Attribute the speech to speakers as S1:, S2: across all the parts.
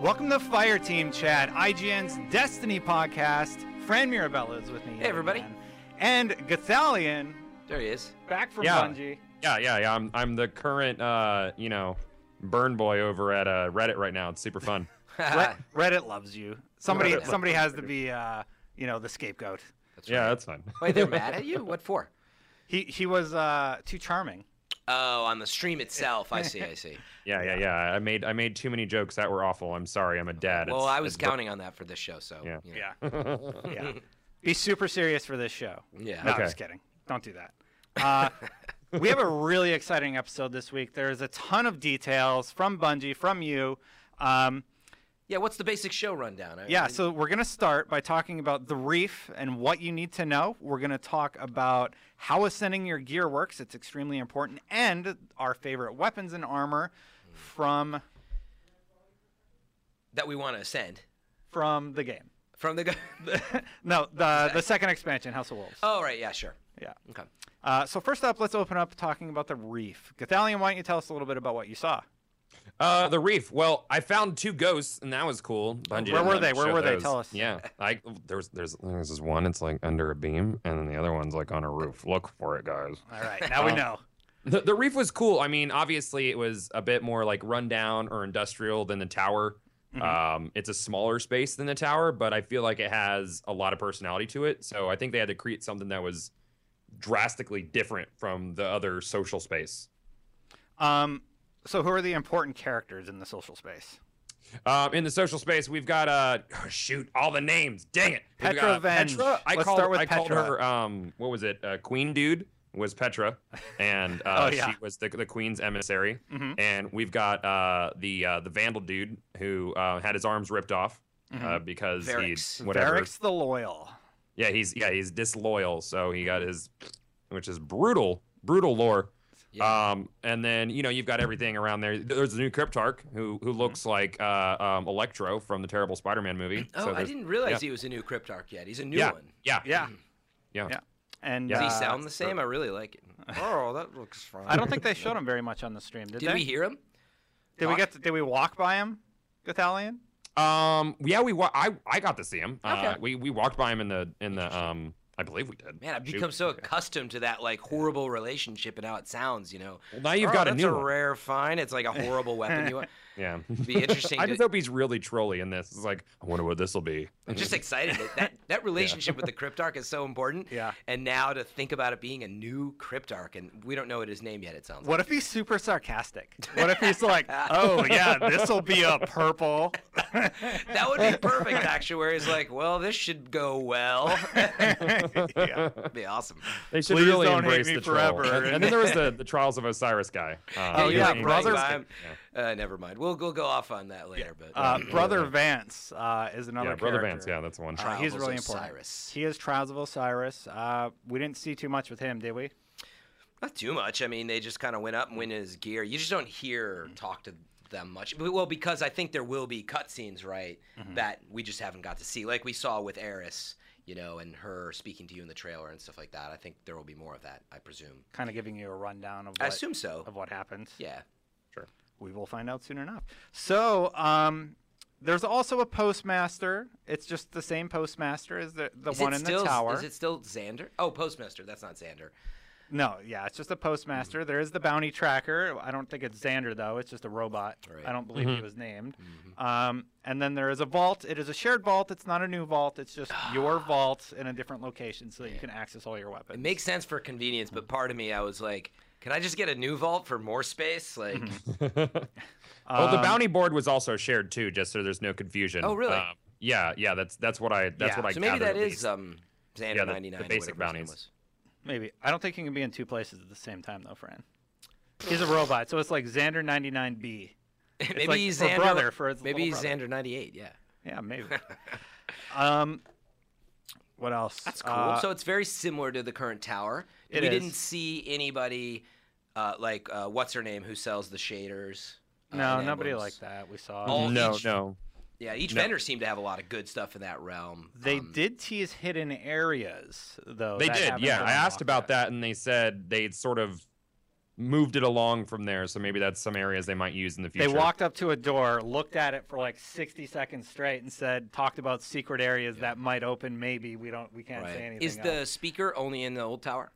S1: Welcome to Fire Team Chat, IGN's Destiny podcast. Fran Mirabella is with me. Hey,
S2: everybody.
S1: And Gathalion,
S2: There he is.
S1: back from
S3: Yeah.
S1: Bungie.
S3: Yeah, yeah, yeah. I'm I'm the current uh, you know, burn boy over at uh, Reddit right now. It's super fun.
S2: Uh,
S1: Red- Reddit loves you. Somebody,
S3: Reddit loves
S1: somebody has to be, uh, you know, the scapegoat.
S3: yeah, that's fun.
S2: Wait, they're mad at you? What for?
S1: He he was uh, too charming.
S2: Oh, on the stream itself. I see. I see.
S3: yeah, yeah, yeah. I made I made too many jokes that were awful. I'm sorry. I'm a dad.
S2: well,
S3: It's-
S2: I was
S3: it's bur-
S2: counting on that for this show, so
S3: Yeah.
S2: you know.
S1: Yeah, yeah. Be super serious for this show.
S2: Yeah.
S1: No, I'm
S3: Okay.
S1: just kidding. Don't do that. Uh, we have a really exciting episode this week. There is a ton of details from Bungie, from you. Um,
S2: Yeah, What's the basic show rundown? uh, I-
S1: yeah, so we're going to start by talking about the reef and what you need to know. We're going to talk about how ascending your gear works, it's extremely important, and our favorite weapons and armor from
S2: that we want to ascend
S1: from the game.
S2: from the.
S1: No, the the second expansion, House of Wolves.
S2: oh right. Yeah. Sure.
S1: Yeah.
S2: Okay.
S1: Uh, so first up, let's open up talking about the reef. Gathalion, why don't you tell us a little bit about what you saw?
S3: Uh, the reef. Well, I found two ghosts, and that was cool. Bungie
S1: Where
S3: didn't
S1: were
S3: let me
S1: they? Where
S3: show
S1: were they?
S3: those.
S1: Tell us.
S3: Yeah, I there's there's there's this one. It's like under a beam, and then the other one's like on a roof. Look for it, guys.
S1: All right, now we know.
S3: The, the reef was cool. I mean, obviously, it was a bit more like rundown or industrial than the tower.
S1: Mm-hmm.
S3: Um, it's a smaller space than the tower, but I feel like it has a lot of personality to it. So I think they had to create something that was drastically different from the other social space.
S1: Um, so who are the important characters in the social space?
S3: Um, in the social space, we've got uh, oh, shoot all the names. Dang it, We've
S1: Petra
S3: got, uh,
S1: Venge.
S3: Petra. I
S1: Let's
S3: called.
S1: start with
S3: I called
S1: Petra.
S3: her. Um, what was it? Uh, Queen dude was Petra, and uh,
S1: Oh, yeah.
S3: she was the, the queen's emissary.
S1: Mhm.
S3: And we've got uh, the uh, the vandal dude who uh, had his arms ripped off uh, because
S2: Mm-hmm. Varix.
S3: he whatever.
S1: Varric's the loyal.
S3: Yeah, he's yeah he's disloyal, so he got his, which is brutal, brutal lore.
S2: Yeah.
S3: Um, and then you know you've got everything around there. There's the new Cryptarch who
S2: Mm-hmm.
S3: who looks like uh, um, Electro from the terrible Spider-Man movie.
S2: Oh,
S3: So
S2: I
S3: there's-
S2: didn't realize
S3: yeah.
S2: he was a new Cryptarch yet. He's a new
S3: yeah,
S2: one.
S3: yeah,
S1: Yeah,
S3: yeah,
S1: yeah. And
S3: Yeah.
S2: Does he
S1: uh,
S2: sound the same? I really like it. Oh, that looks fine.
S1: I don't think they showed him very much on the stream, did,
S2: Did
S1: they?
S2: we hear him?
S1: did we get? To, did we walk by him, Gathalion?
S3: Um, yeah, we wa- I I got to see him. Uh,
S2: Okay.
S3: we we walked by him in the in the um. I believe we did.
S2: Man, I've
S3: Shoot.
S2: become so accustomed to that like horrible relationship and how it sounds. You know.
S3: Well, now you've
S2: Oh,
S3: got a
S2: that's
S3: new
S2: a
S3: one.
S2: rare find. It's like a horrible weapon. You want.
S3: Yeah.
S2: Be interesting.
S3: I
S2: to-
S3: just hope he's really trolly in this. It's like I wonder what this will be.
S2: I'm just excited that that, that relationship with the Cryptarch is so important.
S1: Yeah.
S2: And now to think about it being a new Cryptarch, and we don't know what his name yet. It sounds.
S1: What if he's super sarcastic? What if he's like, "Oh yeah, this will be a purple."
S2: like. that would be perfect. Actuary is like, well, this should go well.
S1: yeah.
S2: be awesome.
S3: They should
S1: Please
S3: really
S1: don't hate
S3: embrace
S1: me
S3: the troll.
S1: forever.
S3: And, and then there was the, the Trials of Osiris guy. Uh,
S1: Oh,
S2: you're
S1: yeah,
S2: like, right,
S1: brothers-
S2: I'm- Uh, never mind. We'll we'll go off on that later. But
S1: Uh, Brother Vance uh, is another
S3: yeah, brother
S1: character.
S3: Vance. Yeah, that's the one.
S1: Uh, he's
S2: Trials
S1: really
S2: of
S1: important.
S2: Cyrus.
S1: He is Trials of Osiris. Uh, we didn't see too much with him, did we?
S2: not too much. I mean, they just kind of went up and went in his gear. You just don't hear or talk to them much. But- Well, because I think there will be cutscenes, right? That we just haven't got to see, like we saw with Eris, you know, and her speaking to you in the trailer and stuff like that. I think there will be more of that. I presume.
S1: Kind of giving you a rundown of
S2: I
S1: what,
S2: assume so.
S1: of what happened.
S2: Yeah.
S1: We will find out soon enough. So, um, there's also a postmaster. It's just the same postmaster as the, the
S2: Is
S1: one
S2: it
S1: in
S2: still,
S1: the tower.
S2: Is it still Xander? Oh, Postmaster. That's not Xander.
S1: No, yeah, it's just a postmaster. There is the bounty tracker. I don't think it's Xander though. It's just a robot.
S2: Right.
S1: I don't believe
S3: Mm-hmm.
S1: he was named. Um, and then there is a vault. It is a shared vault. It's not a new vault. It's just your vault in a different location so that you can access all your
S2: It
S1: weapons.
S2: makes sense for convenience, but part of me, I was like, can I just get a new vault for more space? Like,
S3: Well, Oh, the
S1: Um,
S3: bounty board was also shared too, just so there's no confusion.
S2: Oh, really?
S3: Um, yeah, yeah. That's that's what I
S1: Yeah.
S3: that's what I.
S2: so maybe
S3: gathered
S2: that
S3: at
S2: is
S3: least.
S2: um, Xander
S3: Yeah, the- the
S2: 99. or
S3: basic
S2: whatever his name
S3: bounties.
S2: was.
S1: Maybe I don't think you can be in two places at the same time though, Fran. He's a robot, so it's like Xander 99B.
S2: maybe
S1: like
S2: he's
S1: for
S2: Xander,
S1: brother, for his
S2: maybe
S1: little
S2: he's Xander 98. Yeah,
S1: Yeah, maybe. um, what else? Uh,
S2: that's cool. so it's very similar to the current tower.
S1: It
S2: we
S1: is.
S2: didn't see anybody uh, like uh, what's her name who sells the shaders. uh,
S1: no,
S2: and
S1: nobody
S2: emblems.
S1: like that. We saw.
S2: All
S3: no,
S2: each-
S3: no.
S2: Yeah, each
S3: No.
S2: vendor seemed to have a lot of good stuff in that realm.
S1: They
S2: Um,
S1: did tease hidden areas, though.
S3: They
S1: that
S3: did.
S1: haven't
S3: Yeah,
S1: been
S3: I asked
S1: unlocked
S3: about
S1: yet.
S3: that, and they said they sort of moved it along from there. So maybe that's some areas they might use in the future.
S1: They walked up to a door, looked at it for like 60 seconds straight, and said, talked about secret areas that might open. Maybe we don't, we can't
S2: Right.
S1: say anything.
S2: Is the
S1: else."
S2: speaker only in the old tower?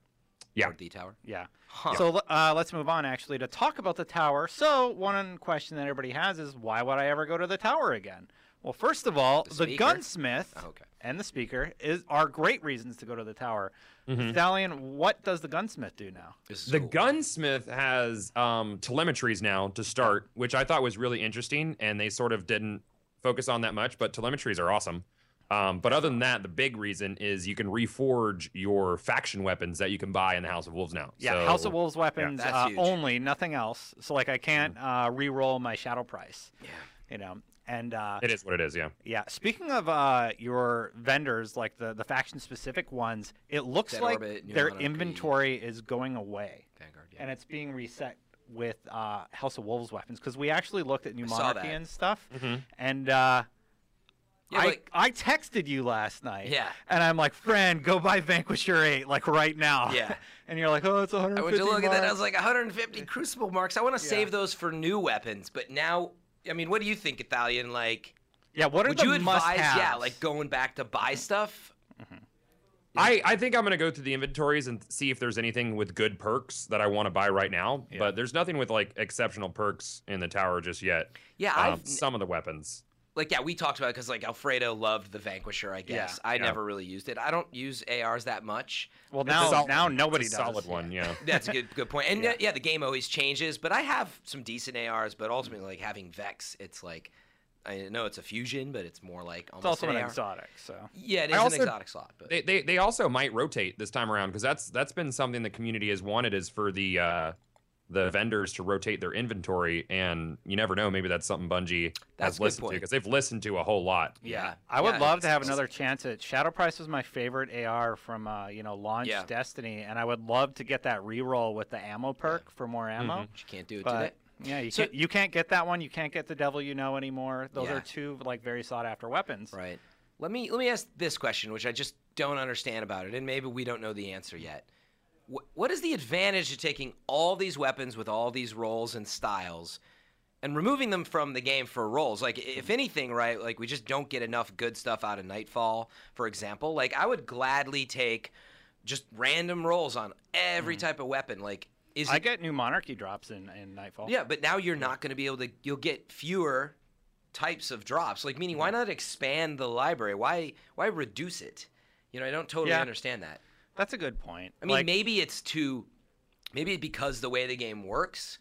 S3: Yeah.
S2: Or the tower?
S1: yeah.
S2: Huh.
S1: So uh, let's move on actually to talk about the tower. So one question that everybody has is why would I ever go to the tower again? Well, first of all,
S2: The
S1: the,
S2: speaker?
S1: gunsmith
S2: Oh, okay.
S1: and the speaker is are great reasons to go to the tower.
S3: Mm-hmm.
S1: Stallion, what does the gunsmith do now?
S2: This is
S3: The
S2: cool.
S3: gunsmith has um, telemetries now to start, which I thought was really interesting, and they sort of didn't focus on that much. But telemetries are awesome. Um, but other than that, the big reason is you can reforge your faction weapons that you can buy in the House of Wolves now.
S1: Yeah,
S3: So-
S1: House of Wolves weapons
S2: That's
S1: uh,
S2: huge.
S1: only, nothing else. So like I
S3: Mm-hmm.
S1: can't uh, re-roll my shadow price.
S2: Yeah.
S1: You know, and uh,
S3: It is what it is. Yeah.
S1: yeah. Speaking of uh, your vendors, like the the faction specific ones, it looks
S2: Dead
S1: like
S2: Orbit, New
S1: their
S2: Monarchy.
S1: inventory is going away,
S2: Vanguard, yeah.
S1: and it's being reset with uh, House of Wolves weapons because we actually looked at New
S2: I saw
S1: Monarchy
S2: that.
S1: and stuff,
S3: Mhm.
S1: and. Uh,
S2: Yeah,
S1: I,
S2: like-
S1: I texted you last night.
S2: Yeah.
S1: And I'm like, friend, go buy Vanquisher 8, like right now.
S2: Yeah.
S1: and you're like, oh, it's 150
S2: I went to look at that. and I
S1: marks.
S2: was like, 150 crucible marks. I want to
S1: Yeah.
S2: save those for new weapons. But now, I mean, what do you think, Ithalian? Like,
S1: Yeah, what are
S2: would
S1: the
S2: you advise?
S1: must-haves?
S2: Yeah, like going back to buy stuff.
S3: I, I think I'm gonna go through the inventories and see if there's anything with good perks that I want to buy right now.
S1: Yeah.
S3: But there's nothing with like exceptional perks in the tower just yet.
S2: Yeah,
S3: Um,
S2: I've
S3: some of the weapons.
S2: like yeah, we talked about it because like Alfredo loved the Vanquisher. I guess I
S3: Yeah.
S2: never really used it. I don't use ARs that much.
S1: well, now,
S3: solid-
S1: now nobody
S3: It's a
S1: does.
S3: solid one. Yeah.
S2: That's a good good point. And
S1: Yeah.
S2: yeah. yeah, the game always changes, but I have some decent ARs. But ultimately, like having Vex, it's like I know it's a fusion, but it's more like
S1: It's
S2: almost
S1: also an
S2: AR.
S1: exotic, so.
S2: Yeah, it
S3: I
S2: is
S3: also-
S2: an exotic slot. But
S3: they, they they also might rotate this time around because that's that's been something the community has wanted is for the uh, the vendors to rotate their inventory and you never know maybe that's something Bungie
S2: That's a
S3: has
S2: good
S3: listened to
S2: point.
S3: because they've listened to a whole lot.
S2: yeah,
S1: I would
S2: Yeah,
S1: love to
S2: it's-
S1: have
S2: it's-
S1: another chance at Shadow Price was my favorite AR from uh, you know launch
S2: Yeah.
S1: Destiny, and I would love to get that reroll with the ammo perk for more ammo.
S3: Mm-hmm.
S2: But you can't do it today.
S1: But yeah, you
S2: So-
S1: can't you can't get that one. You can't get the Devil You Know anymore. Those
S2: Yeah.
S1: are two like very sought after weapons.
S2: Right. Let me let me ask this question, which I just don't understand about it, and maybe we don't know the answer yet. What, what is the advantage of taking all these weapons with all these roles and styles, and removing them from the game for roles? Like, if anything, right? Like, we just don't get enough good stuff out of Nightfall, for example. Like, I would gladly take just random roles on every type of weapon. Like, is
S1: Mm. I
S2: it
S1: get new Monarchy drops in, in Nightfall.
S2: yeah, but now you're not going to be able to. You'll get fewer types of drops. Like, meaning, why not expand the library? Why why reduce it? You know, I don't totally
S1: Yeah.
S2: understand that.
S1: that's a good point.
S2: I mean,
S1: Like,
S2: maybe it's too. Maybe because the way the game works,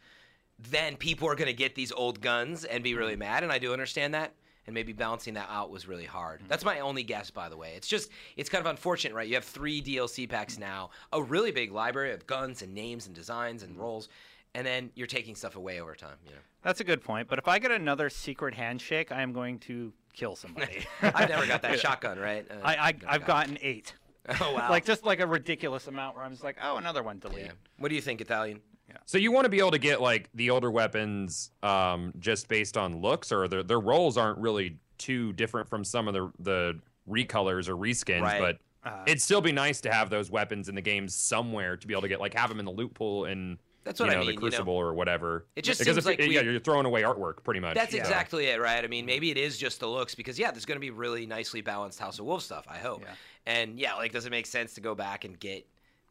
S2: then people are going to get these old guns and be
S1: Mm-hmm.
S2: really mad. And I do understand that. And maybe balancing that out was really hard.
S1: Mm-hmm.
S2: That's my only guess, by the way. It's just, it's kind of unfortunate, right? You have three DLC
S1: Mm-hmm.
S2: packs now, a really big library of guns and names and designs
S1: Mm-hmm.
S2: and roles, and then you're taking stuff away over time, you know?
S1: that's a good point. But if I get another secret handshake, I am going to kill somebody.
S2: I've never got that shotgun, right? Uh,
S1: I, I
S2: never
S1: I've
S2: got
S1: gotten eight.
S2: it. Oh wow!
S1: Like just like a ridiculous amount where I'm just like, oh, another one delete.
S2: yeah. What do you think, Italian?
S3: So you want to be able to get like the older weapons um, just based on looks or their their roles aren't really too different from some of the the recolors or reskins,
S2: Right.
S3: but.
S1: Uh,
S3: It'd still be nice to have those weapons in the game somewhere to be able to get like have them in the loot pool and
S2: That's
S3: you
S2: what
S3: know,
S2: I mean.
S3: the
S2: you know?
S3: Crucible or whatever.
S2: It just
S3: because
S2: seems
S3: if-
S2: like
S3: yeah,
S2: we-
S3: you're throwing away artwork pretty much.
S2: That's
S3: so.
S2: exactly it, right? I mean, maybe it is just the looks because yeah, there's going to be really nicely balanced House of Wolves stuff. I hope.
S1: Yeah.
S2: And yeah, like, does it make sense to go back and get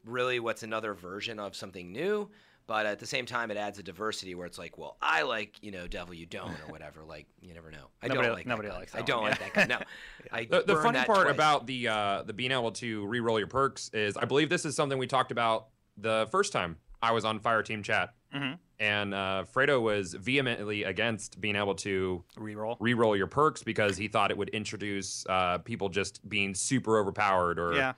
S2: really what's another version of something new? But at the same time, it adds a diversity where it's like, well, I like you know Devil You Don't or whatever. Like you never know. I
S1: Nobody-
S2: don't like
S1: nobody
S2: that gun.
S1: likes
S2: I
S1: that
S2: don't
S1: one,
S2: like that gun. No. I
S3: The, the
S2: burned
S3: funny
S2: that
S3: part
S2: twice.
S3: about the uh, the being able to re-roll your perks is I believe this is something we talked about the first time I was on Fire Team Chat,
S2: Mm-hmm.
S1: Mhm.
S3: and uh, Fredo was vehemently against being able to
S1: reroll.
S3: re-roll your perks because he thought it would introduce uh, people just being super overpowered or
S1: Yeah.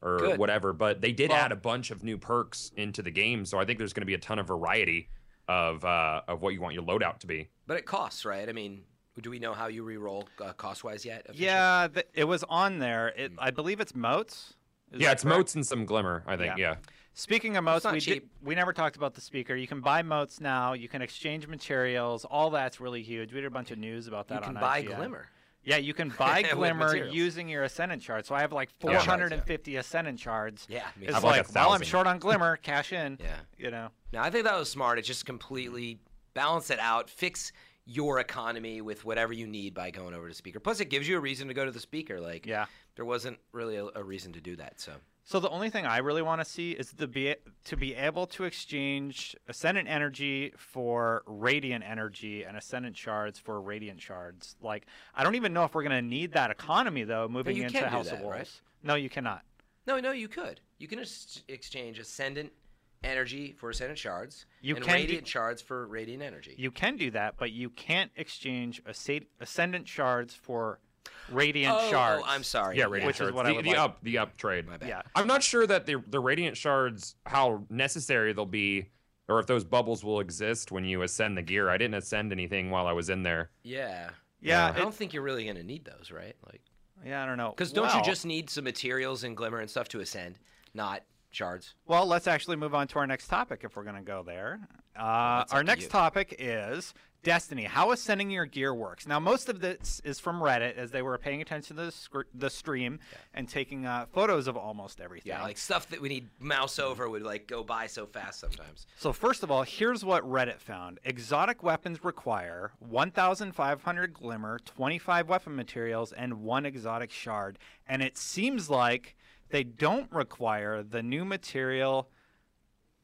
S3: or
S2: Good.
S3: whatever. But they did
S1: Well-
S3: add a bunch of new perks into the game, so I think there's going to be a ton of variety of uh, of what you want your loadout to be.
S2: But it costs, right? I mean, do we know how you re-roll uh, cost-wise yet? officially?
S1: Yeah, th- it was on there.
S2: Hmm.
S1: It, I believe it's motes. Is
S3: yeah,
S1: that
S3: it's
S1: correct?
S3: motes and some glimmer, I think. Yeah.
S1: Speaking of motes,
S2: not
S1: we did,
S2: cheap.
S1: we never talked about the speaker. You can buy motes now. You can exchange materials. All that's really huge. We did a bunch of news about that
S2: you can
S1: on
S2: buy
S1: IGN.
S2: Glimmer.
S1: Yeah, you can buy
S2: With
S1: Glimmer
S2: materials.
S1: using your Ascendant shard. So I have like
S2: Yeah.
S1: 450 Ascendant shards.
S2: Yeah, me
S1: It's
S3: I've
S2: too.
S3: like
S1: like,
S3: a
S1: well, I'm
S3: thousand.
S1: short on Glimmer, cash in.
S2: yeah.
S1: You know,
S2: No, I think that was smart. It just completely balance it out, fix your economy with whatever you need by going over to speaker. Plus, it gives you a reason to go to the speaker. Like,
S1: yeah.
S2: there wasn't really a, a reason to do that. So,
S1: So the only thing I really want to see is to be to be able to exchange ascendant energy for radiant energy and ascendant shards for radiant shards. Like I don't even know if we're gonna need that economy though. Moving
S2: you
S1: into
S2: can do
S1: House of
S2: that,
S1: Wolves.
S2: right?
S1: No, you cannot.
S2: no, no, you could. You can ex- exchange ascendant energy for ascendant shards
S1: You
S2: and
S1: can do-
S2: radiant shards for radiant energy.
S1: You can do that, but you can't exchange asc- ascendant shards for radiant
S2: oh,
S1: shards.
S2: oh, I'm sorry.
S3: Yeah, radiant
S1: Which is
S3: shards.
S1: what I
S3: the,
S1: would
S3: the
S1: like.
S3: up the up trade.
S2: My bad.
S1: Yeah.
S3: I'm not sure that the the radiant shards how necessary they'll be, or if those bubbles will exist when you ascend the gear. I didn't ascend anything while I was in there.
S2: Yeah.
S1: Yeah.
S2: I
S1: it-
S2: don't think you're really going to need those, right? Like,
S1: yeah. I don't know.
S2: because don't you
S1: Well-
S2: just need some materials and glimmer and stuff to ascend, not shards?
S1: Well, let's actually move on to our next topic if we're going to go there. Uh,
S2: that's up
S1: our
S2: to
S1: next
S2: you.
S1: topic is Destiny, how ascending your gear works. Now, most of this is from Reddit as they were paying attention to the, scr- the stream and taking uh, photos of almost everything.
S2: Yeah, like stuff that we need mouse over would like go by so fast sometimes.
S1: So, first of all, here's what Reddit found exotic weapons require 1,500 glimmer, 25 weapon materials, and one exotic shard. And it seems like they don't require the new material.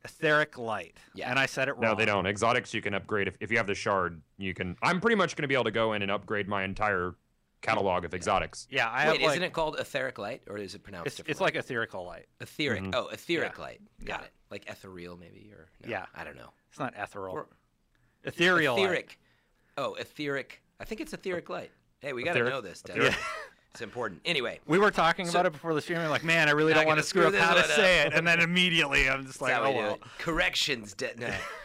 S1: Etheric light.
S2: Yeah.
S1: And I said it wrong.
S3: No, they don't. Exotics you can upgrade if, if you have the shard. You can. I'm pretty much going to be able to go in and upgrade my entire catalog of exotics.
S1: Yeah, I
S2: Wait,
S1: have like,
S2: isn't it called etheric light or is it pronounced
S1: It's,
S2: differently?
S1: it's like Mm-hmm. etherical light.
S2: etheric.
S3: Mhm.
S2: Oh, etheric light. Got
S1: Yeah.
S2: it. Like ethereal maybe or no,
S1: Yeah.
S2: I don't know.
S1: It's not ethereal.
S2: Or-
S1: ethereal. light.
S2: Etheric. Oh, etheric. I think it's etheric light. Hey, we got to
S3: Etheric-
S2: know this. Dennis.
S3: etheric.
S2: It's important. Anyway,
S1: We were talking
S2: So-
S1: about it before the stream. and Like, man, I really
S2: Not
S1: don't want
S2: gonna
S1: to screw
S2: screw
S1: up
S2: this
S1: how to
S2: one
S1: say it. And then immediately, I'm just like,
S2: That's how
S1: oh
S2: we do
S1: well.
S2: it. Corrections, de-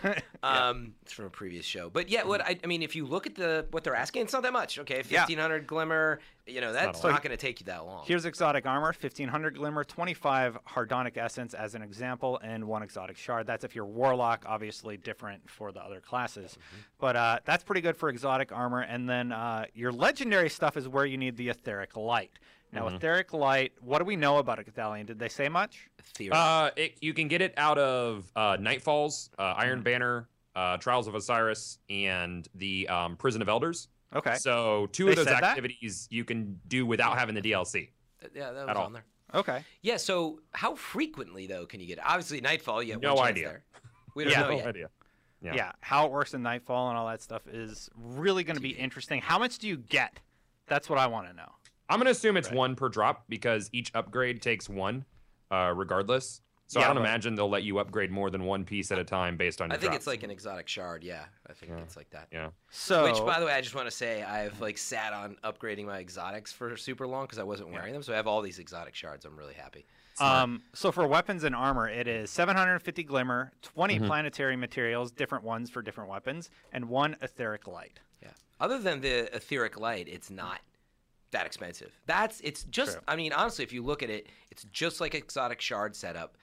S2: no. um, it's from a previous show. But yeah, what I, I mean, if you look at the what they're asking, it's not that much. Okay,
S1: Yeah.
S2: fifteen hundred glimmer. You know, that's
S3: a lot.
S2: not, going to take you that long.
S1: Here's exotic armor: 1500 glimmer, 25 hardonic essence as an example, and one exotic shard. That's if you're warlock, obviously different for the other classes,
S2: Mm-hmm.
S1: but uh, that's pretty good for exotic armor. And then uh, your legendary stuff is where you need the etheric light. Now,
S2: Mm-hmm.
S1: etheric light. What do we know about it, Ethalion? Did they say much?
S2: Etheric.
S3: Uh, it, you can get it out of uh, Nightfalls, uh, Iron
S1: Mm-hmm.
S3: Banner, uh, Trials of Osiris, and the um, Prison of Elders.
S1: Okay.
S3: So two
S1: They
S3: of those
S1: said that?
S3: activities you can do without having the DLC.
S2: yeah, that was
S3: at all.
S2: on there.
S1: Okay.
S2: Yeah. So how frequently though can you get it? Obviously, nightfall. You have
S3: No
S2: one chance
S3: idea.
S2: There. We don't
S1: Yeah.
S2: know
S3: No
S2: yet.
S3: idea.
S1: Yeah.
S3: Yeah.
S1: how it works in Nightfall and all that stuff is really going to be interesting. How much do you get? That's what I want to know.
S3: I'm gonna assume it's
S1: Right.
S3: one per drop because each upgrade takes one, uh, regardless. So
S1: Yeah,
S3: I don't
S1: but-
S3: imagine they'll let you upgrade more than one piece at a time based on.
S2: I
S3: Your
S2: think
S3: drops.
S2: it's like an exotic shard. Yeah, I think it's like that.
S3: yeah.
S1: So,
S2: Which, by the way, I just want to say I've like sat on upgrading my exotics for super long because I wasn't wearing them. So I have all these exotic shards. I'm really happy.
S1: um, so for weapons and armor, it is 750 glimmer, 20
S2: Mm-hmm.
S1: planetary materials, different ones for different weapons, and one etheric light.
S2: Yeah. Other than the etheric light, it's not that expensive. That's it's just.
S1: True.
S2: I mean, honestly, if you look at it, it's just like exotic shard setup,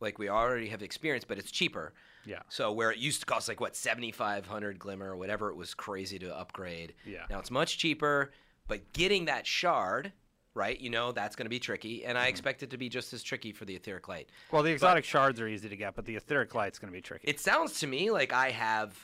S2: like we already have experienced, but it's cheaper.
S1: Yeah.
S2: So where it used to cost like what seventy five hundred glimmer or whatever it was crazy to upgrade.
S1: Yeah.
S2: Now it's much cheaper, but getting that shard. Right, you know that's going to be tricky, and
S1: Mm-hmm.
S2: I expect it to be just as tricky for the etheric light.
S1: Well, the exotic shards are easy to get, but the etheric light's going to be tricky.
S2: It sounds to me like I have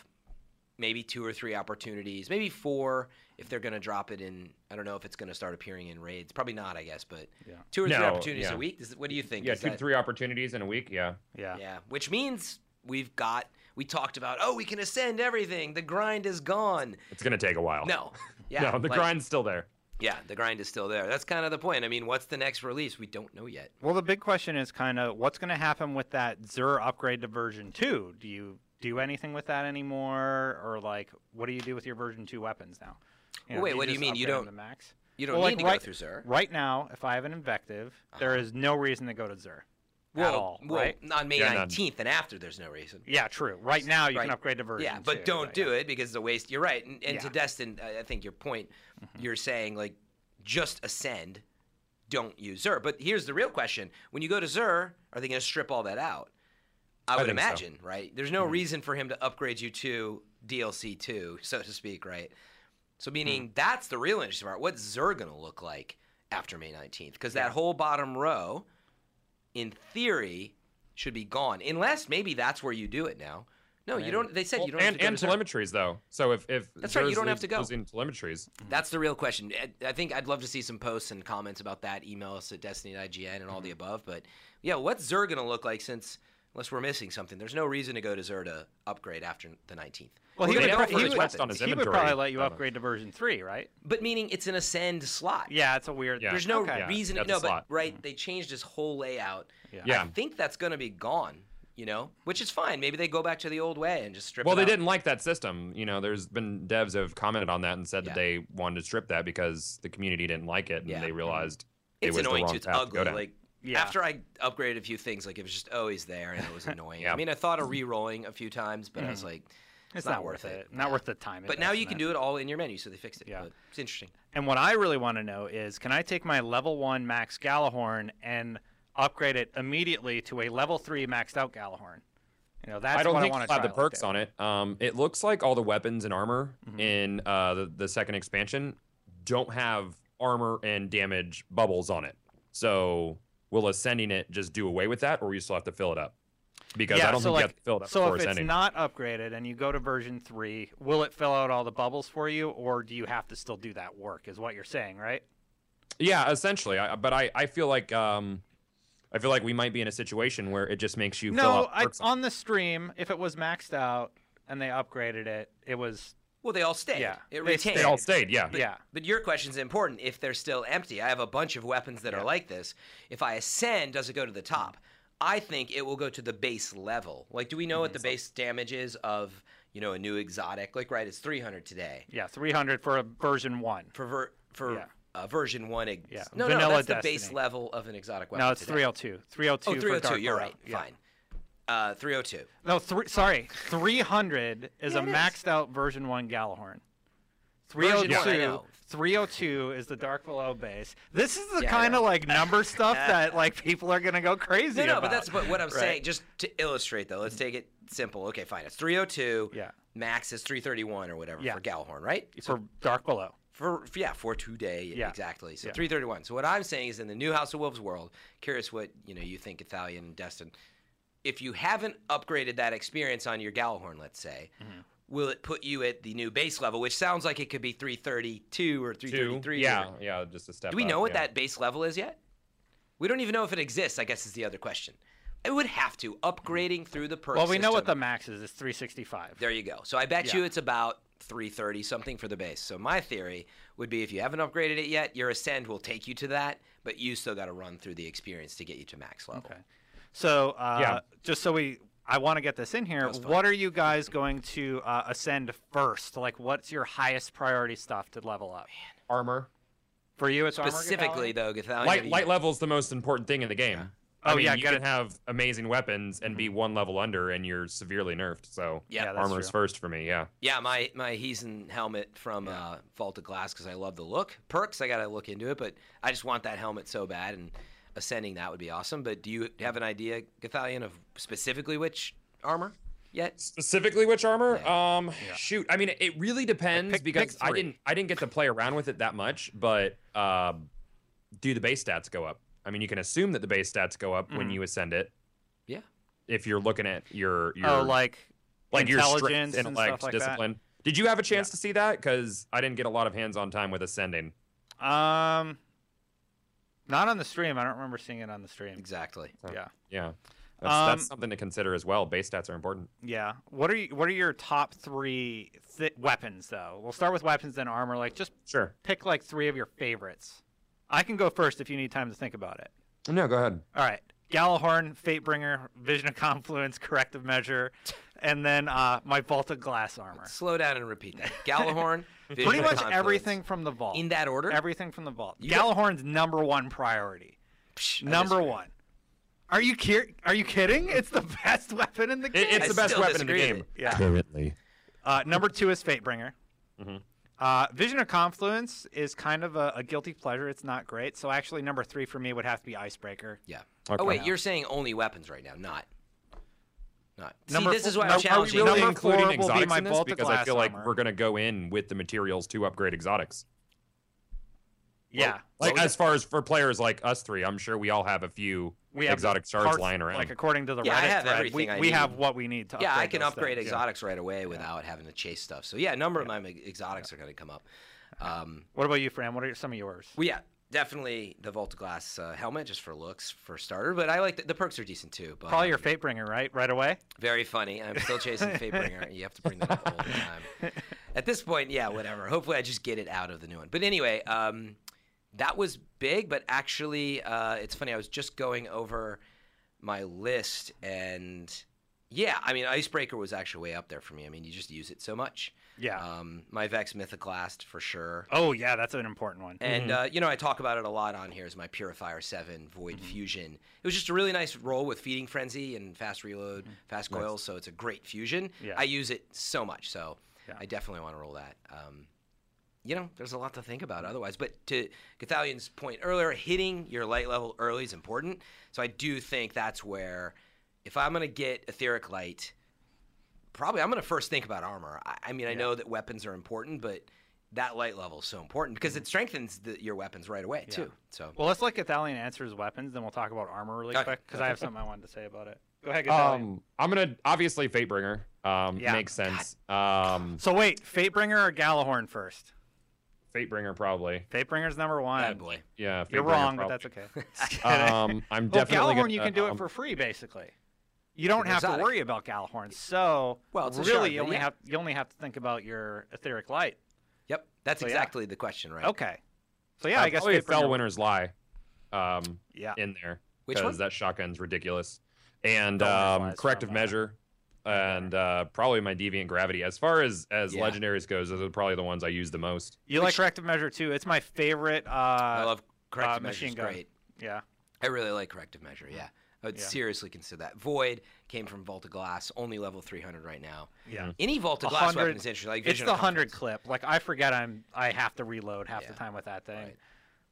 S2: maybe two or three opportunities, maybe four if they're going to drop it in. I don't know if it's going to start appearing in raids. Probably not, I guess, but
S1: Yeah.
S2: two or three
S3: No,
S2: opportunities
S3: yeah.
S2: a week. Is, what do you think?
S3: Yeah,
S2: Is
S3: two to
S2: that-
S3: three opportunities in a week. Yeah.
S1: yeah.
S2: Yeah, which means we've got. We talked about oh, we can ascend everything. The grind is gone.
S3: It's gonna take a while.
S2: No, yeah,
S3: Oh. no, the
S2: like-
S3: grind's still there.
S2: Yeah, the grind is still there. That's kind of the point. I mean, what's the next release? We don't know yet.
S1: Well, the big question is kind of what's going to happen with that Zur upgrade to version 2? Do you do anything with that anymore? Or, like, what do you do with your version 2 weapons now? You
S2: Wait, what do you
S1: just
S2: mean? You
S1: upgrade 'em
S2: don't-
S1: to max?
S2: You don't
S1: Well, like,
S2: need to
S1: right-
S2: go through Zer.
S1: Right now, if I have an invective,
S2: Uh-huh.
S1: there is no reason to go to Zur at all, right?
S2: well, on May
S3: Yeah, none.
S2: nineteenth and after, there's no reason.
S1: Yeah, true. Right now, you
S2: Right.
S1: can upgrade to version.
S2: Yeah, but
S1: two,
S2: don't
S1: yeah.
S2: do it because it's a waste. You're right. And, and to
S1: Yeah.
S2: Destin, I I think your point,
S3: Mm-hmm.
S2: you're saying like just ascend, don't use Xur. But here's the real question: When you go to Xur, are they going to strip all that out? I would
S3: think so. Mm-hmm.
S2: imagine, right? There's no reason for him to upgrade you to DLC two, so to speak, right? So meaning
S3: Mm-hmm.
S2: that's the real interesting part. What's Zer gonna look like after May nineteenth? Because that whole bottom row, in theory, should be gone. Unless maybe that's where you do it now. No, you don't. They said you don't. have
S3: and
S2: to go
S3: and
S2: to Zer.
S3: telemetries though. So if if
S2: That's right, you
S3: Zers
S2: don't have
S3: leaves-
S2: to go.
S3: goes in telemetries.
S2: That's the real question. I- I think I'd love to see some posts and comments about that. Email us at Destiny at IGN and all the
S3: Mm-hmm.
S2: above. But yeah, what's Zer going to look like since, unless we're missing something, there's no reason to go to Zer to upgrade after the 19th.
S1: Well, he
S2: They
S1: would
S2: don't
S1: prob-
S2: use
S1: he would-
S2: weapons.
S3: on his
S1: He would
S3: inventory.
S1: probably let you
S3: I don't know.
S1: upgrade to version three, right?
S2: But meaning it's an ascend slot.
S1: Yeah, it's a weird.
S3: Yeah.
S2: There's no
S1: Okay.
S2: reason.
S3: that's a
S2: No, but
S3: slot. Mm.
S2: right, they changed his whole layout.
S1: Yeah.
S3: Yeah.
S2: I think that's going to be gone, you know, which is fine. Maybe they go back to the old way and just strip
S3: Well,
S2: it
S3: they
S2: out.
S3: didn't like that system. You know, there's been devs have commented on that and said
S2: Yeah.
S3: that they wanted to strip that because the community didn't like it and
S2: Yeah.
S3: they realized it
S2: it's
S3: was
S2: annoying
S3: the wrong
S2: too. It's
S3: path
S2: ugly.
S3: to go down.
S2: like
S1: Yeah.
S2: after I upgraded a few things, like it was just always there and it was annoying.
S3: Yeah. Mm-hmm.
S2: I mean, I thought of re-rolling a few times, but I was like,
S1: It's, not, worth it. Not worth the time.
S2: But now you
S1: investment.
S2: can do it all in your menu, so they fixed it.
S1: Yeah.
S2: But it's interesting.
S1: And what I really want to know is can I take my level one max Galahorn and upgrade it immediately to a level three maxed out Galahorn? You know, that's
S3: I don't
S1: what
S3: think
S1: I
S3: I
S1: want to Mm-hmm.
S3: have the perks on it. Um, it looks like all the weapons and armor in uh, the, the second expansion don't have armor and damage bubbles on it. So will ascending it just do away with that, or you still have to fill it up? Because I don't
S1: so
S3: think
S1: like,
S3: you have to fill it up
S1: so
S3: before
S1: if it's
S3: ascending.
S1: not upgraded and you go to version three, will it fill out all the bubbles for you, or do you have to still do that work? Is what you're saying, right?
S3: Yeah, essentially. I, but I, I feel like um, I feel like we might be in a situation where it just makes you fill
S1: No,
S3: out
S1: I,
S3: perks
S1: on the stream, if it was maxed out and they upgraded it, it was
S2: Well, they all stayed.
S1: Yeah.
S2: It
S1: They stayed.
S2: retained.
S3: They all stayed. Yeah.
S1: yeah.
S2: But your question's important. If they're still empty, I have a bunch of weapons that are like this. If I ascend, does it go to the top?
S3: Mm-hmm.
S2: I think it will go to the base level. Like, do we know what the base damage is of you know a new exotic? Like, right, it's 300 today.
S1: Yeah, 300 for a version one.
S2: for ver- for
S1: Yeah.
S2: uh, version one. Ex-
S1: Yeah.
S2: No, no,
S1: Vanilla
S2: that's the base
S1: Destiny.
S2: level of an exotic weapon.
S1: No, it's
S2: today.
S1: 302. 302
S2: Oh,
S1: for
S2: 302.
S1: Dark
S2: You're
S1: Aura.
S2: right.
S1: Yeah.
S2: Fine. Uh, 302.
S1: No, three, sorry, 300 is
S2: Yeah,
S1: a
S2: it is.
S1: maxed out version 1 Galahorn.
S2: Version one, I
S1: 302,
S2: know.
S1: 302 is the Dark Below base. This is the
S2: Yeah, I
S1: kind
S2: know.
S1: of like number stuff that like people are going to go crazy
S2: No, no,
S1: about.
S2: but that's but what I'm
S1: Right.
S2: saying. Just to illustrate, though, let's take it simple. Okay, fine. It's 302.
S1: Yeah.
S2: Max is 331 or whatever
S1: Yeah.
S2: for Galhorn, right?
S1: for Dark Below.
S2: For yeah, for today
S1: Yeah.
S2: exactly. So
S1: Yeah.
S2: 331. So what I'm saying is, in the new House of Wolves world, curious what you know you think, Ithalian and Destin. If you haven't upgraded that experience on your Galahorn, let's say,
S3: Mm-hmm.
S2: will it put you at the new base level, which sounds like it could be 332 or
S3: Two.
S2: 333?
S3: Yeah.
S2: or-
S3: Yeah. Just a step.
S2: Do we
S3: up,
S2: know what
S3: yeah.
S2: that base level is yet? We don't even know if it exists. I guess is the other question. It would have to
S3: Mm.
S2: upgrading through the perk.
S1: Well, we know what the
S2: system.
S1: max is. It's 365.
S2: There you go. So I bet
S1: Yeah.
S2: you it's about 330 something for the base. So my theory would be if you haven't upgraded it yet, your ascend will take you to that, but you still got to run through the experience to get you to max level.
S1: Okay. So, uh,
S3: Yeah.
S1: just so we, I want to get this in here.
S2: was fun.
S1: What are you guys going to uh, ascend first? Like, what's your highest priority stuff to level up?
S3: armor.
S1: For you, it's armor, Gathala?
S2: Specifically though, Gathalion,
S3: light light level's the most important thing in the game.
S1: Oh,
S3: I mean,
S1: yeah,
S3: you
S1: gotta- Mhm.
S3: can have amazing weapons and be one level under, and you're severely nerfed. So
S2: Yeah.
S1: Yeah, that's
S3: armor's
S1: true.
S3: first for me. Yeah,
S2: Yeah, my my he's in helmet from uh, Vault of Glass because I love the look. Perks, I gotta look into it, but I just want that helmet so bad, and ascending that would be awesome. But do you have an idea, Gathalion, of specifically which armor yet?
S3: specifically which armor? Um, shoot, I mean, it- it really depends
S1: pick-
S3: because
S1: pick
S3: I
S1: three.
S3: didn't I didn't get to play around with it that much, but um, do the base stats go up? I mean, you can assume that the base stats go up when you ascend it.
S2: Yeah.
S3: If you're looking at your your
S1: Mm. Oh, like,
S3: like your strength,
S1: intelligence and
S3: intellect,
S1: stuff like that?
S3: discipline. Did you have a chance to see that? Because I didn't get a lot of hands-on time with ascending.
S1: Um, not on the stream. I don't remember seeing it on the stream.
S2: Exactly.
S1: Yeah,
S3: Yeah. That's,
S1: Um,
S3: that's something to consider as well. Base stats are important.
S1: yeah. What are you? What are your top three th- weapons though? We'll start with weapons, then armor. Like, just
S3: Sure.
S1: pick like three of your favorites. I can go first if you need time to think about it.
S3: No, go ahead.
S1: All right. Galahorn, Fatebringer, Vision of Confluence, Corrective Measure, and then uh, my Vault of Glass armor.
S2: Slow down and repeat that. Galahorn. Vision
S1: Pretty
S2: of
S1: much
S2: Confluence.
S1: everything from the vault.
S2: in that order.
S1: everything from the vault.
S2: You got-
S1: Galahorn's number one priority.
S2: Psh, I
S1: Number
S2: disagree.
S1: one. Are you ki- Are you kidding? It's the best weapon in the game.
S3: It, it's
S2: I
S3: the best
S2: still
S3: weapon in the
S2: disagree
S3: game.
S2: with
S1: yeah.
S4: Currently.
S1: Uh, number two is Fatebringer.
S2: Mm-hmm.
S1: Uh, Vision of Confluence is kind of a, a guilty pleasure. It's not great. So actually, number three for me would have to be Icebreaker.
S2: Yeah.
S3: Okay.
S2: Oh wait, you're saying only weapons right now, not. not. See,
S1: Number
S2: this
S1: four-
S2: is why
S1: no, are
S2: I'm
S1: we
S2: challenging.
S3: really
S1: Number four will
S3: including
S1: be
S3: exotics
S1: my
S3: in this
S1: Baltic
S3: because I
S1: glass
S3: feel like
S1: armor.
S3: we're gonna go in with the materials to upgrade exotics.
S1: Yeah.
S3: Like
S1: Well,
S3: as far as for players like us three, I'm sure we all have a few
S1: we have
S3: exotic shards
S1: parts-
S3: lying around.
S1: Like according to the
S2: Yeah, I
S1: Reddit
S2: have
S1: thread, we,
S2: everything I
S1: we have
S2: need.
S1: what we need to.
S2: yeah, I
S1: upgrade
S2: can
S1: those
S2: upgrade
S1: things, yeah.
S2: exotics right away without having to chase stuff. So yeah, a number of my exotics are going to come up. Um,
S1: What about you, Fran? What are some of yours?
S2: well, yeah, definitely the Volta Glass uh, helmet just for looks for starter. But I like the, the perks are decent too. But
S1: Probably your fate bringer, right? Right away.
S2: Very funny. I'm still chasing Fatebringer. You have to bring that up all the time. At this point, yeah, whatever. Hopefully, I just get it out of the new one. But anyway, um, that was big. But actually, uh, it's funny. I was just going over my list, and yeah, I mean, Icebreaker was actually way up there for me. I mean, you just use it so much.
S1: Yeah.
S2: Um, my Vex Mythoclast for sure.
S1: oh yeah, that's an important one.
S2: And uh, you know, I talk about it a lot on here. Is my Purifier Seven Void Fusion? It was just a really nice roll with Feeding Frenzy and Fast Reload, Fast
S3: Nice.
S2: Coil. So it's a great fusion.
S1: Yeah.
S2: I use it so much, so
S1: Yeah.
S2: I definitely want to roll that. Um, you know, there's a lot to think about otherwise. But to Gathalion's point earlier, hitting your light level early is important. So I do think that's where, if I'm gonna get Etheric Light, probably I'm gonna first think about armor. I, I mean, I
S1: Yeah.
S2: know that weapons are important, but that light level is so important because it strengthens the, your weapons right away
S1: Mm-hmm. Yeah.
S2: too. So
S1: Well, let's let Gathalion answer his weapons, then we'll talk about armor really
S2: Okay.
S1: quick because I have something I wanted to say about it. Go ahead, Gathalion.
S3: um, I'm gonna obviously Fatebringer. Um,
S1: Yeah.
S3: makes sense. Um,
S1: so wait, Fatebringer or Galahorn first?
S3: Fatebringer probably.
S1: Fatebringer's number one.
S2: bad boy.
S3: Yeah, Fatebringer
S1: You're wrong, but
S3: probably.
S1: that's okay.
S3: Um, I'm
S1: well,
S3: definitely
S1: Galahorn,
S3: gonna,
S1: you can do it
S3: um,
S1: for free, basically. You don't have to
S2: Exotic.
S1: worry about Galahorn. So
S2: Well, it's a
S1: really,
S2: shard,
S1: you
S2: but
S1: only
S2: yeah.
S1: have you only have to think about your etheric light.
S2: Yep, that's
S1: So, yeah.
S2: exactly the question, right?
S1: Okay. So yeah,
S3: uh,
S1: I guess
S3: probably a
S1: Fatebringer-
S3: Fellwinter's Lie. Um,
S1: Yeah.
S3: in there
S2: Which one?
S3: because
S1: uh,
S3: that shotgun's ridiculous. And
S1: Don't have
S3: um,
S1: eyes,
S3: corrective
S1: don't have eyes.
S3: measure, and uh, probably my deviant gravity. As far as as
S2: Yeah.
S3: legendaries goes, those are probably the ones I use the most.
S1: You
S2: Which-
S1: like corrective measure too? It's my favorite. Uh,
S2: I love corrective
S1: uh,
S2: measure.
S1: machine
S2: is
S1: gun.
S2: Great.
S1: yeah.
S2: I really like corrective measure. Yeah, I would
S1: Mm. Yeah.
S2: seriously consider that. Void came from Volta Glass, only level 300 right now.
S1: Yeah.
S2: Any Volta
S1: A
S2: Glass
S1: hundred-
S2: weapon is interesting. Like
S1: it's
S2: Vision
S1: the
S2: of
S1: hundred
S2: Confidence.
S1: clip. Like I forget I'm I have to reload half the
S2: Yeah,
S1: time with that thing.
S2: right.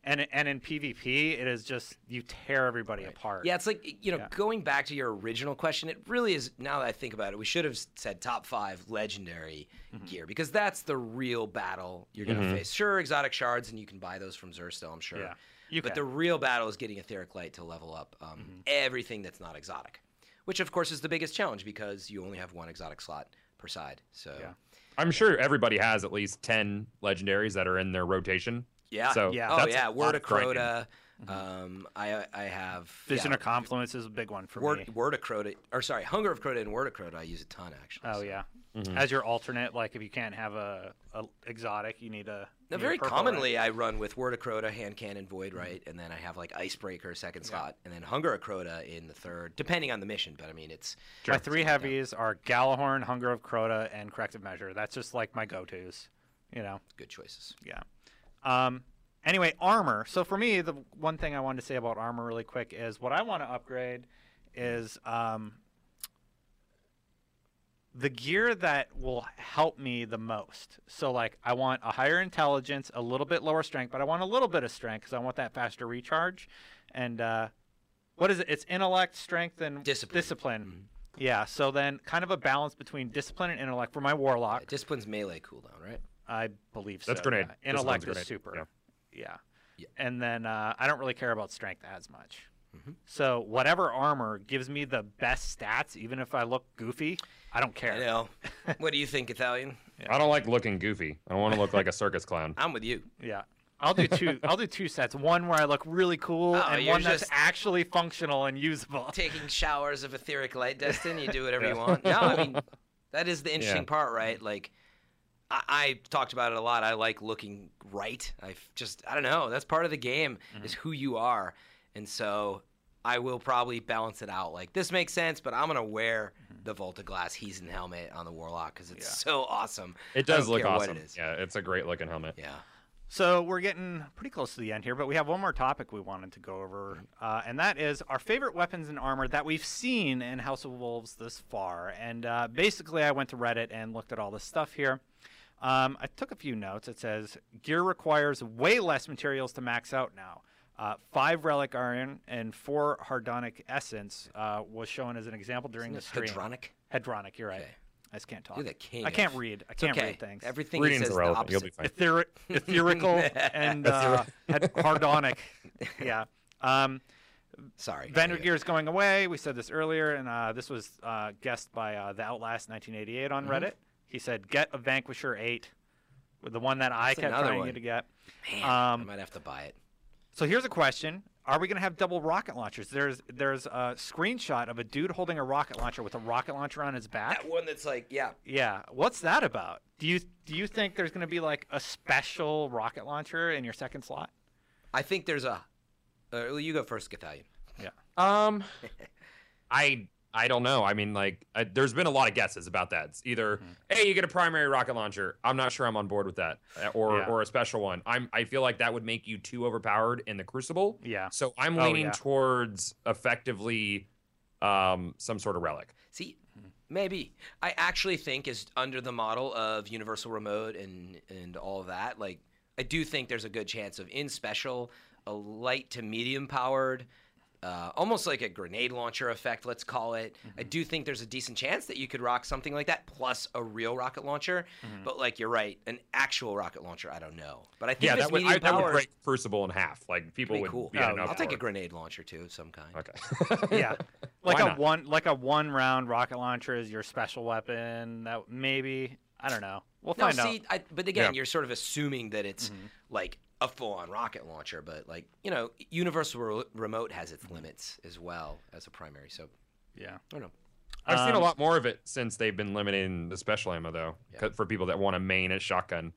S1: And and in PvP it is just you tear everybody apart.
S2: Yeah, it's like you know,
S1: Yeah.
S2: going back to your original question, it really is. Now that I think about it, we should have said top five legendary
S1: Mm-hmm.
S2: gear because that's the real battle you're going to
S3: Mhm.
S2: face. Sure, exotic shards, and you can buy those from Xur still, I'm sure.
S1: Yeah. Mm-hmm. You
S2: but
S1: can.
S2: the real battle is getting etheric light to level up um, everything that's not exotic, which of course is the biggest challenge because you only have one exotic slot per side. So
S1: Yeah.
S3: I'm sure everybody has at least ten legendaries that are in their rotation.
S2: yeah,
S3: So
S1: Yeah.
S2: oh
S3: that's
S2: yeah,
S3: a
S2: word
S3: lot
S2: of
S3: of grinding.
S2: Crota. Um, I I have
S1: Mm-hmm. Vision
S2: yeah,
S1: of Confluence is a big one for me.
S2: word, word of Crota, or sorry, Hunger of Crota and Word of Crota. I use a ton actually.
S1: Oh
S2: so.
S1: yeah.
S3: Mhm.
S1: As your alternate, like if you can't have a, a exotic, you need a you need
S2: Now,
S1: a
S2: very
S1: purple, Mm-hmm.
S2: commonly, I run with Word of Crota, Hand Cannon, Void, right? And then I have like Icebreaker, second slot, and then Hunger of Crota in the third, depending on the mission. But I mean, it's
S1: right? My three heavies are Galahorn, Hunger of Crota, and Corrective Measure. That's just like my go tos. You know?
S2: good choices.
S1: Yeah. Um, anyway, armor. So for me, the one thing I wanted to say about armor really quick is what I want to upgrade is um, the gear that will help me the most. So like I want a higher intelligence, a little bit lower strength, but I want a little bit of strength because I want that faster recharge. And uh, what is it? It's intellect, strength, and
S2: Discipline.
S1: Discipline. Yeah. So then, kind of a balance between discipline and intellect for my warlock.
S2: Discipline's melee cooldown, right?
S1: I believe so.
S3: That's grenade.
S1: yeah.
S3: This one's
S1: Intellect is
S3: grenade,
S1: super. Yeah.
S3: yeah.
S2: Yeah.
S1: And then uh, I don't really care about strength as much.
S2: Mm-hmm.
S1: So whatever armor gives me the best stats, even if I look goofy, I don't care.
S2: I know. what do you think, Italian?
S3: I don't like looking goofy. I don't want to look like a circus clown.
S2: I'm with you.
S1: Yeah. I'll do two. I'll do two sets. One where I look really cool,
S2: Oh,
S1: and
S2: you're
S1: one that's
S2: just-
S1: actually functional and usable.
S2: Taking showers of etheric light, Destin. You do whatever you want. No, I mean, that is the interesting
S3: Yeah.
S2: part, right? Like, I, I talked about it a lot. I like looking right. I f- just, I don't know. That's part of the game
S3: Mm-hmm.
S2: is who you are, and so I will probably balance it out. Like, this makes sense, but I'm gonna wear
S3: Mm-hmm.
S2: the Volta Glass He's in helmet on the Warlock because it's so awesome.
S3: It
S2: I
S3: does
S2: don't
S3: look
S2: care what
S3: awesome.
S2: it is.
S3: Yeah, it's a great looking helmet.
S2: Yeah.
S1: So we're getting pretty close to the end here, but we have one more topic we wanted to go over, uh, and that is our favorite weapons and armor that we've seen in House of Wolves this far. And uh, basically, I went to Reddit and looked at all this stuff here. Um, I took a few notes. It says gear requires way less materials to max out now. Uh, five relic iron and four hardonic essence uh, was shown as an example during the
S2: Isn't
S1: stream.
S2: it hedronic?
S1: Hedronic, you're right.
S2: Okay.
S1: I just can't talk.
S2: You're the king.
S1: I can't
S2: of-
S1: read. I
S2: It's
S1: can't
S2: okay.
S1: read things.
S2: Everything he
S3: Reading's
S2: says is the
S3: irrelevant. You'll
S2: opposite.
S3: be fine.
S1: Etheri- etherical and uh, had- hardonic. Yeah. Um,
S2: Sorry.
S1: Vandergear is going away. We said this earlier, and uh, this was uh, guessed by uh, the Outlast 1988
S2: Mm-hmm.
S1: on Reddit. He said, "Get a Vanquisher 8, the one that I
S2: That's
S1: kept
S2: another
S1: trying
S2: one.
S1: you to get."
S2: Man, I
S1: um,
S2: might have to buy it.
S1: So here's a question: Are we going to have double rocket launchers? There's there's a screenshot of a dude holding a rocket launcher with a rocket launcher on his back.
S3: um,
S2: That one that's like, yeah,
S1: Yeah, what's that about? Do you do you think there's going to be like a special rocket launcher in your second slot?
S2: I think there's a. Uh, well, you go first, Gathalion.
S3: Um, I I don't know. I mean, like, I, there's been a lot of guesses about that. It's either, hey, you get a primary rocket launcher. I'm not sure I'm on board with that, uh, or
S1: Yeah.
S3: or a special one. I'm I feel like that would make you too overpowered in the Crucible.
S1: Yeah.
S3: So I'm
S1: Oh,
S3: leaning
S1: yeah.
S3: towards effectively, um, some sort of relic.
S2: See, maybe I actually think is under the model of Universal Remote and and all that. Like, I do think there's a good chance of in special a light to medium powered. Uh, almost like a grenade launcher effect, let's call it.
S3: Mm-hmm.
S2: I do think there's a decent chance that you could rock something like that, plus a real rocket launcher.
S3: Mm-hmm.
S2: But like you're right, an actual rocket launcher, I don't know. But I think
S3: Yeah,
S2: there's
S3: that would I,
S2: medium
S3: that would
S2: powered.
S3: break Crucible in half. Like people
S2: Pretty
S3: would
S2: cool.
S3: be at
S1: Oh,
S3: an
S1: yeah.
S2: I'll take a
S3: uproar.
S2: grenade launcher too of some kind.
S3: Okay.
S1: Yeah. Like
S3: Why
S1: a
S3: not?
S1: one like a one round rocket launcher is your special weapon. That maybe I don't know. We'll
S2: No,
S1: find out. Mm-hmm.
S2: see, I, but again,
S3: Yeah.
S2: you're sort of assuming that it's like a full-on rocket launcher, but like you know, Universal Re- Remote has its limits as well as a primary. So
S1: Yeah.
S2: I don't know.
S3: I've seen a
S1: Um,
S3: lot more of it since they've been limiting the special ammo though,
S2: Yeah.
S3: 'cause- for people that want a main and shotgun.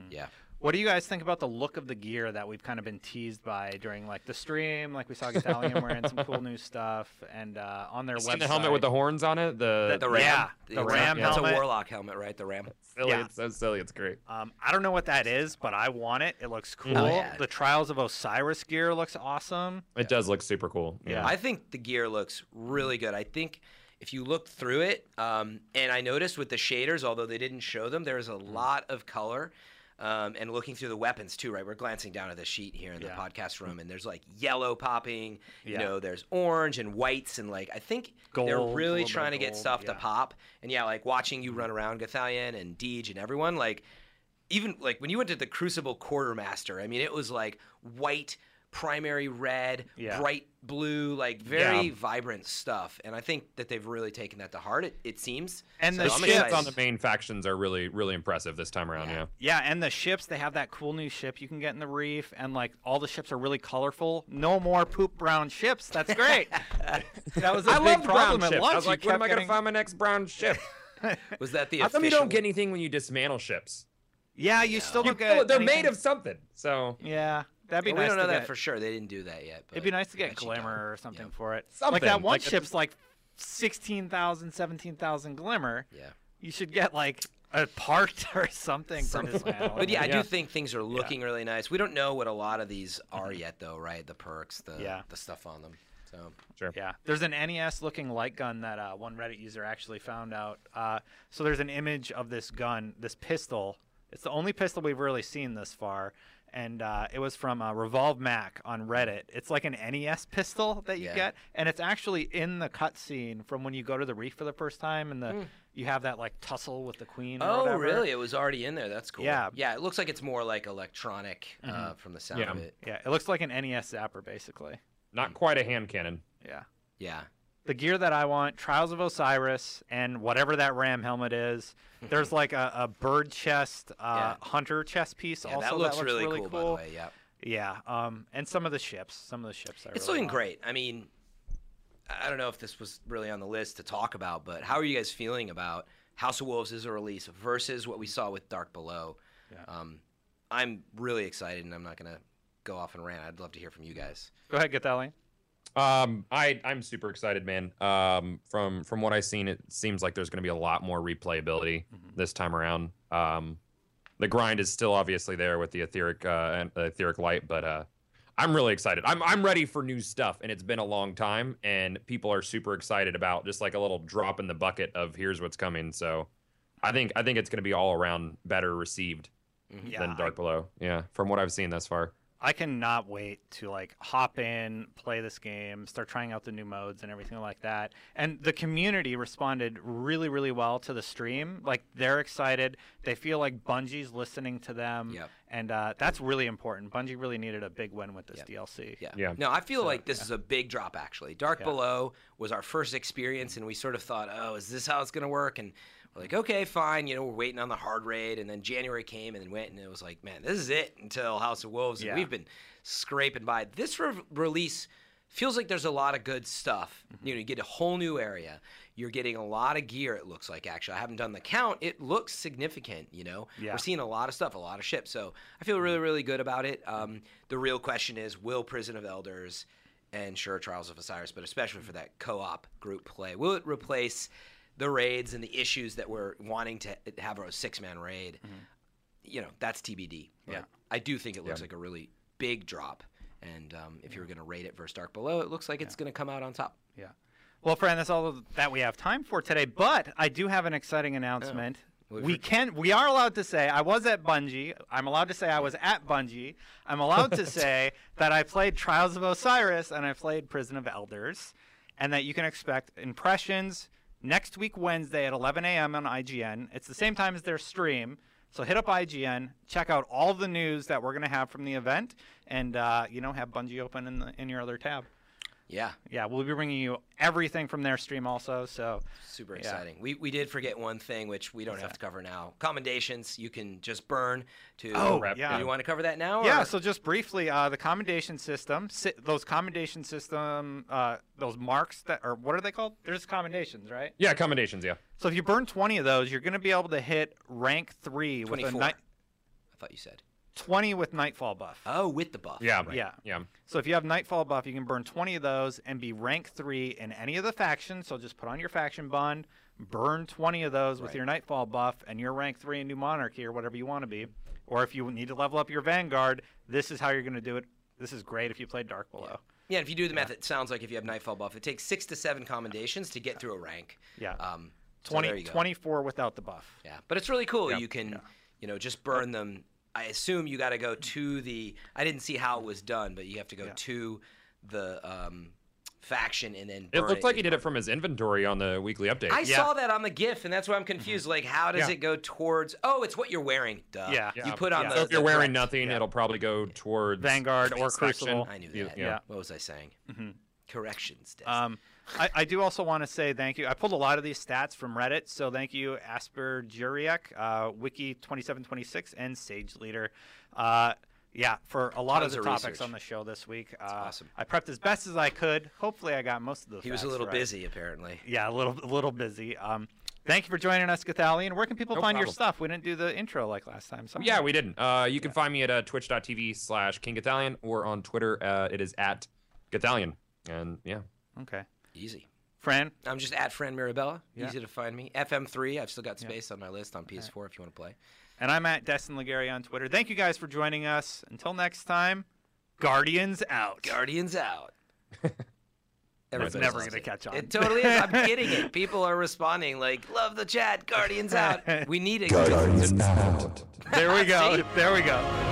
S1: Hmm.
S2: Yeah,
S1: What do you guys think about the look of the gear that we've kind of been teased by during like the stream? Like we saw Gathalion wearing some cool new stuff, and uh, on their
S3: You
S1: website,
S3: seen the helmet with the horns on it. The,
S2: the ram.
S1: yeah, the
S2: it's a-
S1: ram
S2: That's a
S1: helmet.
S2: warlock helmet, right? The ram.
S3: silly.
S1: yeah.
S3: It's so silly. It's great.
S1: Um, I don't know what that is, but I want it. It looks cool.
S2: yeah.
S1: The Trials of Osiris gear looks awesome.
S3: It does look super cool.
S1: Yeah.
S2: I think the gear looks really good. I think if you look through it, um, and I noticed with the shaders, although they didn't show them, there is a
S1: Mm.
S2: lot of color. Um, and looking through the weapons too, right? We're glancing down at the sheet here in the
S1: Yeah.
S2: podcast room, and there's like yellow popping. You
S1: Yeah.
S2: know, there's orange and whites, and like I think they're
S1: Gold, a little
S2: really
S1: bit of
S2: trying to get
S1: gold,
S2: stuff to
S1: yeah. Mm-hmm.
S2: pop. And yeah, like watching you run around, Gathalion and Deej and everyone, like even like when you went to the Crucible Quartermaster, I mean, it was like white, primary red,
S1: Yeah.
S2: bright blue, like very
S3: Yeah.
S2: vibrant stuff. And I think that they've really taken that to heart. It, it seems.
S1: And
S2: So
S1: the
S2: I'm
S1: ships
S3: Ships
S2: excited.
S3: on the main factions are really, really impressive this time around.
S2: Yeah.
S3: Yeah.
S1: Yeah, and the ships, they have that cool new ship you can get in the reef, and like all the ships are really colorful. No more poop brown ships. That's great. that was a
S3: I
S1: big
S3: love
S1: problem
S3: brown
S1: at
S3: ships.
S1: lunch.
S3: I was
S1: You
S3: like, when
S1: kept
S3: am I going to
S1: getting-
S3: find my next brown ship?
S2: Was that the
S3: How
S2: official?
S3: come you don't get anything when you dismantle ships?
S1: Yeah, you still
S3: You
S1: don't
S3: feel-
S1: get.
S3: they're
S1: anything-
S3: made of something. So
S1: Yeah, that'd be
S2: we
S1: nice.
S2: don't
S1: to
S2: know that
S1: get-
S2: for sure. They didn't do that yet. But
S1: It'd be nice to
S2: I
S1: get
S2: bet you don't.
S1: glimmer or something for it. Like
S3: Something,
S1: that one
S3: like a-
S1: ship's like 16,000, 17,000 glimmer.
S2: Yeah.
S1: You should get like a part or something for dismantling.
S2: But yeah, I
S1: it.
S2: do think things are looking really nice. We don't know what a lot of these are yet, though, right? The perks, the
S1: Yeah.
S2: the stuff on them. So
S1: Yeah, there's an NES looking light gun that uh, one Reddit user actually found out. Uh, so there's an image of this gun, this pistol. It's the only pistol we've really seen this far, and uh, it was from uh, Revolve Mac on Reddit. It's like an NES pistol that you
S2: Yeah.
S1: get, and it's actually in the cutscene from when you go to the reef for the first time, and the you have that like tussle with the queen. Or
S2: Hmm. Oh,
S1: whatever.
S2: really? It was already in there. That's cool.
S1: Yeah.
S2: Yeah, it looks like it's more like electronic uh, from the sound
S3: Yeah.
S2: of it.
S1: Yeah, it looks like an NES zapper basically.
S3: not quite a hand cannon.
S1: Yeah.
S2: Yeah.
S1: the gear that I want, Trials of Osiris, and whatever that ram helmet is. There's like a, a bird chest, uh, hunter chest piece.
S2: Yeah,
S1: also,
S2: that, looks really,
S1: really,
S2: cool, by the way. Yeah.
S1: Yeah, um, and some of the ships, some of the ships. I
S2: It's
S1: really
S2: looking
S1: want.
S2: great. I mean, I I don't know if this was really on the list to talk about, but how are you guys feeling about House of Wolves as a release versus what we saw with Dark Below?
S1: Yeah.
S2: Um, I'm really excited, and I'm not going to go off and rant. I'd love to hear from you guys.
S1: Go ahead, Gathalion.
S3: Um, I I'm super excited, man. Um, from from what I've seen, it seems like there's going to be a lot more replayability this time around. Um, the grind is still obviously there with the etheric uh, and the etheric light, but uh, I'm really excited. I'm I'm ready for new stuff, and it's been a long time, and people are super excited about just like a little drop in the bucket of here's what's coming. So, I think I think it's going to be all around better received
S2: Mm-hmm.
S1: Yeah,
S3: than Dark Below. Yeah, from what I've seen thus far.
S1: I cannot wait to like hop in, play this game, start trying out the new modes and everything like that. And the community responded really, really well to the stream. Like they're excited. They feel like Bungie's listening to them.
S2: Yep.
S1: And uh, that's really important. Bungie really needed a big win with this
S2: Yep.
S1: DLC.
S2: Yeah.
S3: Yeah.
S2: No, I feel
S1: So,
S2: like this is a big drop actually. Dark
S1: Yeah.
S2: Below was our first experience, and we sort of thought, oh, is this how it's gonna work? And we're like, okay, fine. You know, we're waiting on the hard raid, and then January came and then went, and it was like, man, this is it until House of Wolves,
S1: Yeah.
S2: and we've been scraping by. This re- release feels like there's a lot of good stuff.
S1: Mm-hmm.
S2: You know, you get a whole new area. You're getting a lot of gear. It looks like actually, I haven't done the count. It looks significant. You know,
S1: Yeah. Mm-hmm.
S2: we're seeing a lot of stuff, a lot of ships. So I feel really, really good about it. Um, the real question is, will Prison of Elders and sure Trials of Osiris, but especially for that co-op group play, will it replace the raids and the issues that we're wanting to have a six-man raid?
S1: Mm-hmm.
S2: You know, that's TBD. But
S1: Yeah.
S2: I do think it looks
S3: Yeah.
S2: like a really big drop. And um, if you were going to rate it versus Dark Below, it looks like it's going to come out on top.
S1: Yeah. Well, Fran, that's all that we have time for today. But I do have an exciting announcement.
S2: Well, if
S1: We
S2: you're-
S1: can. We are allowed to say I was at Bungie. I'm allowed to say I was at Bungie. I'm allowed to say that I played Trials of Osiris and I played Prison of Elders, and that you can expect impressions next week Wednesday at 11 a.m. on IGN. It's the same time as their stream. So hit up IGN, check out all the news that we're gonna have from the event, and uh, you know have Bungie open in, the, in your other tab.
S2: Yeah,
S1: Yeah, we'll be bringing you everything from their stream also. So
S2: super
S1: Yeah.
S2: exciting. We, we did forget one thing, which we don't have to cover now. Commendations, you can just burn to.
S1: Oh,
S2: Do
S1: yeah.
S2: you want to cover that now?
S1: yeah,
S2: or-
S1: so just briefly, uh, the commendation system, si- those commendation system, uh, those marks that or what are they called? They're just commendations, right?
S3: Yeah, commendations. Yeah.
S1: So if you burn twenty of those, you're going to be able to hit rank three with a
S2: 24.
S1: night
S2: I thought you said.
S1: twenty with nightfall buff.
S2: Oh, with the buff.
S3: Yeah.
S1: Yeah.
S3: Yeah.
S1: So if you have Nightfall buff, you can burn 20 of those and be rank 3 in any of the factions. So just put on your faction bond, burn 20 of those with
S2: Right.
S1: your Nightfall buff, and you're rank 3 in New Monarchy or whatever you want to be. Or if you need to level up your Vanguard, this is how you're going to do it. This is great if you play Dark Below.
S2: Yeah, if you do the math, it sounds like if you have Nightfall buff, it takes six to seven commendations to get through a rank.
S1: Yeah.
S2: Um, so there
S1: 20,
S2: you go.
S1: 24 without the buff.
S2: Yeah, but it's really cool.
S1: Yep.
S2: You can, you know, just burn them. I assume you got to go to the. I didn't see how it was done, but you have to go
S1: Yeah.
S2: to the um, faction and then.
S3: It
S2: burn
S3: looked like he
S2: in-
S3: did it from his inventory on the weekly update.
S2: I
S1: Yeah.
S2: saw that on the GIF, and that's why I'm confused. Like, how does
S1: Mm-hmm. Yeah.
S2: it go towards? Oh, it's what you're wearing. Duh.
S1: Yeah.
S2: You put on
S1: Yeah.
S2: the.
S3: so if you're
S2: the
S3: wearing
S2: correct-
S3: nothing,
S1: Yeah.
S3: it'll probably go towards
S1: Vanguard or
S3: Inspection.
S1: Crucible.
S2: I knew
S3: You-
S2: that.
S1: yeah.
S2: What was I saying?
S1: Mhm.
S2: Corrections. Desk.
S1: Um, I, I do also want to say thank you. I pulled a lot of these stats from Reddit, so thank you, Asper Juriak, uh, Wiki twenty seven twenty six, and Sage Leader. Uh, yeah, for a lot
S2: Tons
S1: of
S2: of
S1: the topics
S2: research.
S1: on the show this week. Uh,
S2: awesome.
S1: I prepped as best as I could. Hopefully, I got most of those.
S2: he was a
S1: facts
S2: little
S1: right.
S2: busy apparently.
S1: Yeah, a little, a little busy. Um, thank you for joining us, Gathalion. Where can people
S3: No
S1: find your
S3: problem.
S1: stuff? We didn't do the intro like last time. Sorry.
S3: Yeah, we didn't. Uh, you can find me at uh, twitch.tv slash King Gathalion or on Twitter. Uh, it is at Gathalion. And yeah.
S1: Okay,
S2: Easy.
S1: Fran.
S2: I'm just at Fran Mirabella.
S1: Yeah.
S2: Easy to find me. FM3. I've still got
S1: Yeah.
S2: space on my list on PS4 if you want to play.
S1: And I'm at Destin Legary on Twitter. Thank you guys for joining us. Until next time, Guardians out.
S2: Guardians out.
S1: That's
S2: Everybody's
S1: never
S2: lost
S1: going to
S2: it.
S1: catch on.
S2: It totally is. I'm getting it. People are responding like, "Love the chat, Guardians out." We need it.
S4: Guardians out.
S1: there we go.
S2: See?
S1: There we go.